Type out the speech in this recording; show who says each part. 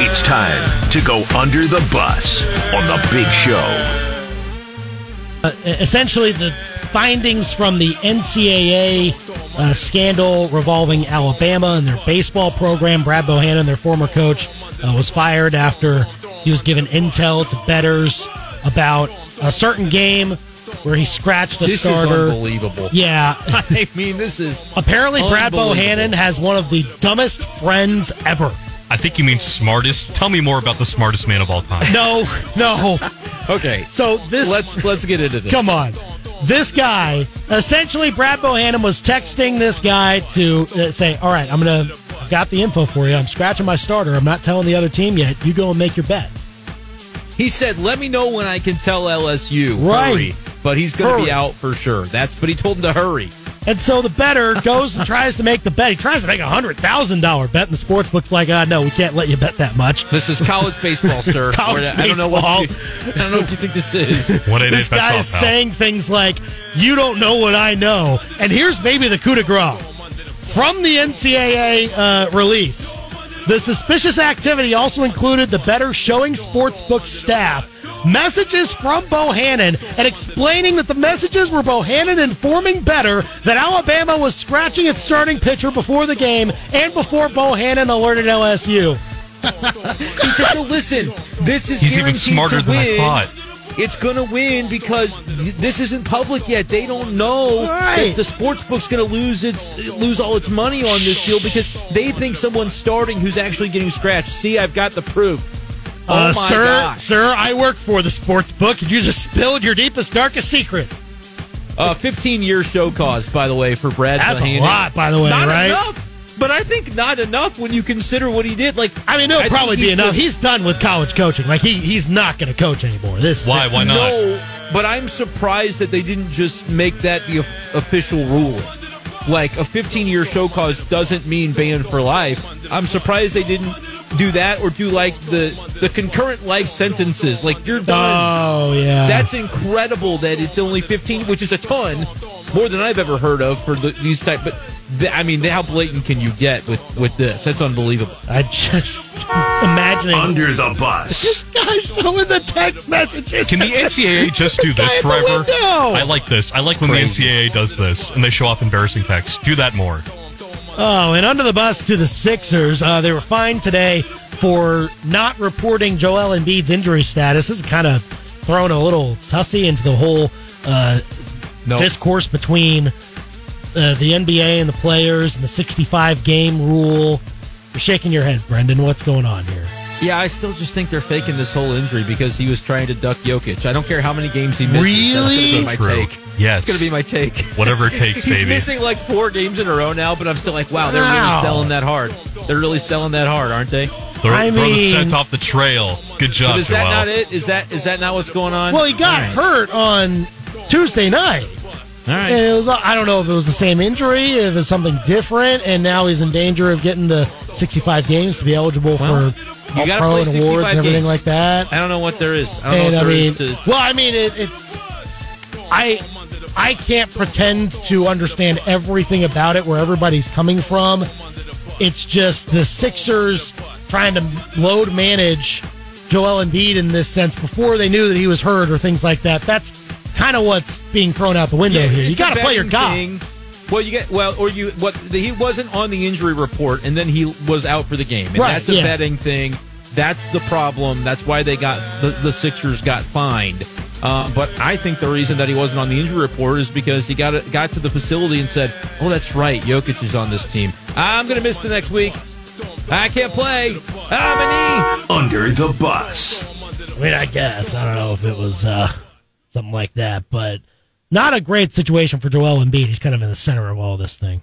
Speaker 1: It's time to go under the bus on the big show.
Speaker 2: uh, essentially the findings from the NCAA uh, scandal revolving Alabama and their baseball program. Brad Bohannon, their former coach, uh, was fired after he was given intel to betters about a certain game where he scratched a
Speaker 3: This is
Speaker 2: starter.
Speaker 3: unbelievable.
Speaker 2: yeah.
Speaker 3: I mean, this is
Speaker 2: Apparently, Brad Bohannon
Speaker 3: Unbelievable.
Speaker 2: has one of the dumbest friends ever.
Speaker 4: I think you mean smartest. Tell me more about the smartest man of all time.
Speaker 2: No, no.
Speaker 3: okay.
Speaker 2: So this
Speaker 3: Let's let's get into this.
Speaker 2: Come on. This guy, essentially, Brad Bohannon was texting this guy to uh, say, All right, I'm going to, I've got the info for you. I'm scratching my starter. I'm not telling the other team yet. You go and make your bet.
Speaker 3: He said, "Let me know when I can tell LSU."
Speaker 2: Right.
Speaker 3: Hurry. But he's going to
Speaker 2: Hurry.
Speaker 3: be out for sure. That's. But he told him to hurry.
Speaker 2: And so the better goes and tries to make the bet. He tries to make a $100,000 bet, and the sports book's like, uh, No, we can't let you bet that much.
Speaker 3: This is college baseball, sir.
Speaker 2: College
Speaker 3: I don't know what. You, I don't know what you think this is.
Speaker 4: One eight
Speaker 2: This
Speaker 4: eight
Speaker 2: guy
Speaker 4: pal.
Speaker 2: is saying things like, You don't know what I know. And here's maybe the coup de grace from the NCAA uh, release. The suspicious activity also included the better showing sportsbook staff messages from Bohannon and explaining that the messages were Bohannon informing better that Alabama was scratching its starting pitcher before the game and before Bohannon alerted LSU.
Speaker 3: He said, "No, listen. This is
Speaker 4: He's even
Speaker 3: guaranteed
Speaker 4: smarter
Speaker 3: to
Speaker 4: than I
Speaker 3: win.
Speaker 4: thought.
Speaker 3: It's gonna win because y- this isn't public yet. They don't know
Speaker 2: Right.
Speaker 3: that the sports book's gonna lose its lose all its money on this deal because they think someone's starting who's actually getting scratched. See, I've got the proof. Oh
Speaker 2: Uh,
Speaker 3: my
Speaker 2: sir,
Speaker 3: gosh.
Speaker 2: sir, I work for the sports book, and you just spilled your deepest, darkest secret.
Speaker 3: Uh, 15 year show cause, by the way, for Brad.
Speaker 2: That's
Speaker 3: Mahaney.
Speaker 2: a lot, by the way,
Speaker 3: Not
Speaker 2: right?
Speaker 3: enough. But I think not enough when you consider what he did. Like,
Speaker 2: I mean, it'll
Speaker 3: think
Speaker 2: probably be
Speaker 3: he's
Speaker 2: enough.
Speaker 3: just-
Speaker 2: he's done with college coaching. Like he, he's not going to coach anymore. This is
Speaker 4: Why?
Speaker 2: it.
Speaker 4: Why not?
Speaker 3: No, but I'm surprised that they didn't just make that the of- official rule. Like a 15 year show cause doesn't mean ban for life. I'm surprised they didn't do that or do like the the concurrent life sentences. Like you're done.
Speaker 2: Oh yeah,
Speaker 3: That's incredible that it's only 15, which is a ton, more than I've ever heard of for the, these type. But th- I mean, how blatant can you get with with this? That's unbelievable.
Speaker 2: I just imagining
Speaker 1: Under the bus.
Speaker 2: this guy showing the text messages.
Speaker 4: Can the NCAA just do
Speaker 2: Guy
Speaker 4: this
Speaker 2: at the
Speaker 4: forever?
Speaker 2: window.
Speaker 4: I like this. I like when
Speaker 3: Crazy.
Speaker 4: the NCAA does this and they show off embarrassing texts. Do that more.
Speaker 2: Oh, and under the bus to the Sixers. Uh, they were fined today for not reporting Joel Embiid's injury status. This is kind of throwing a little tussy into the whole uh,
Speaker 3: No,
Speaker 2: discourse between uh, the NBA and the players and the 65 game rule. You're shaking your head, Brendan. What's going on here?
Speaker 3: yeah, I still just think they're faking this whole injury because he was trying to duck Jokic. I don't care how many games he misses. That's
Speaker 2: Really?
Speaker 3: gonna be my
Speaker 4: True.
Speaker 3: take.
Speaker 4: Yes.
Speaker 3: It's gonna be my take.
Speaker 4: Whatever it takes,
Speaker 3: He's
Speaker 4: baby.
Speaker 3: missing like four games in a row now, but I'm still like, wow, they're
Speaker 2: Wow.
Speaker 3: really selling that hard. They're really selling that hard, aren't they?
Speaker 4: Throw,
Speaker 2: I
Speaker 4: throw the
Speaker 2: mean-
Speaker 4: scent off the trail. Good job,
Speaker 3: But is that
Speaker 4: Joel.
Speaker 3: not it? Is that is that not what's going on?
Speaker 2: Oh, Well, he got
Speaker 3: All right.
Speaker 2: hurt on Tuesday night.
Speaker 3: All right.
Speaker 2: And it was I don't know if it was the same injury, if it's something different, and now he's in danger of getting the 65 games to be eligible
Speaker 3: Well,
Speaker 2: for
Speaker 3: you
Speaker 2: all
Speaker 3: gotta
Speaker 2: pro
Speaker 3: play
Speaker 2: and awards
Speaker 3: 65
Speaker 2: and everything
Speaker 3: games.
Speaker 2: like that.
Speaker 3: I don't know what there is. I don't
Speaker 2: And
Speaker 3: know
Speaker 2: I
Speaker 3: what there
Speaker 2: mean,
Speaker 3: is to.
Speaker 2: well, I mean, it, it's I I can't pretend to understand everything about it, where everybody's coming from. It's just the Sixers trying to load manage Joel Embiid in this sense before they knew that he was hurt or things like that. That's kind of what's being thrown out the window here. You
Speaker 3: it's a
Speaker 2: got to play your guy.
Speaker 3: betting thing. Well, you get well, or you what? The, he wasn't on the injury report, and then he was out for the game, and
Speaker 2: Right,
Speaker 3: that's a
Speaker 2: yeah.
Speaker 3: betting thing. That's the problem. That's why they got the, the Sixers got fined. Uh, but I think the reason that he wasn't on the injury report is because he got got to the facility and said, "Oh, that's right, Jokic is on this team. I'm going to miss the next week. I can't play. I'm a knee."
Speaker 1: Under the bus.
Speaker 2: I mean, I guess I don't know if it was uh, something like that, but not a great situation for Joel Embiid. He's kind of in the center of all this thing.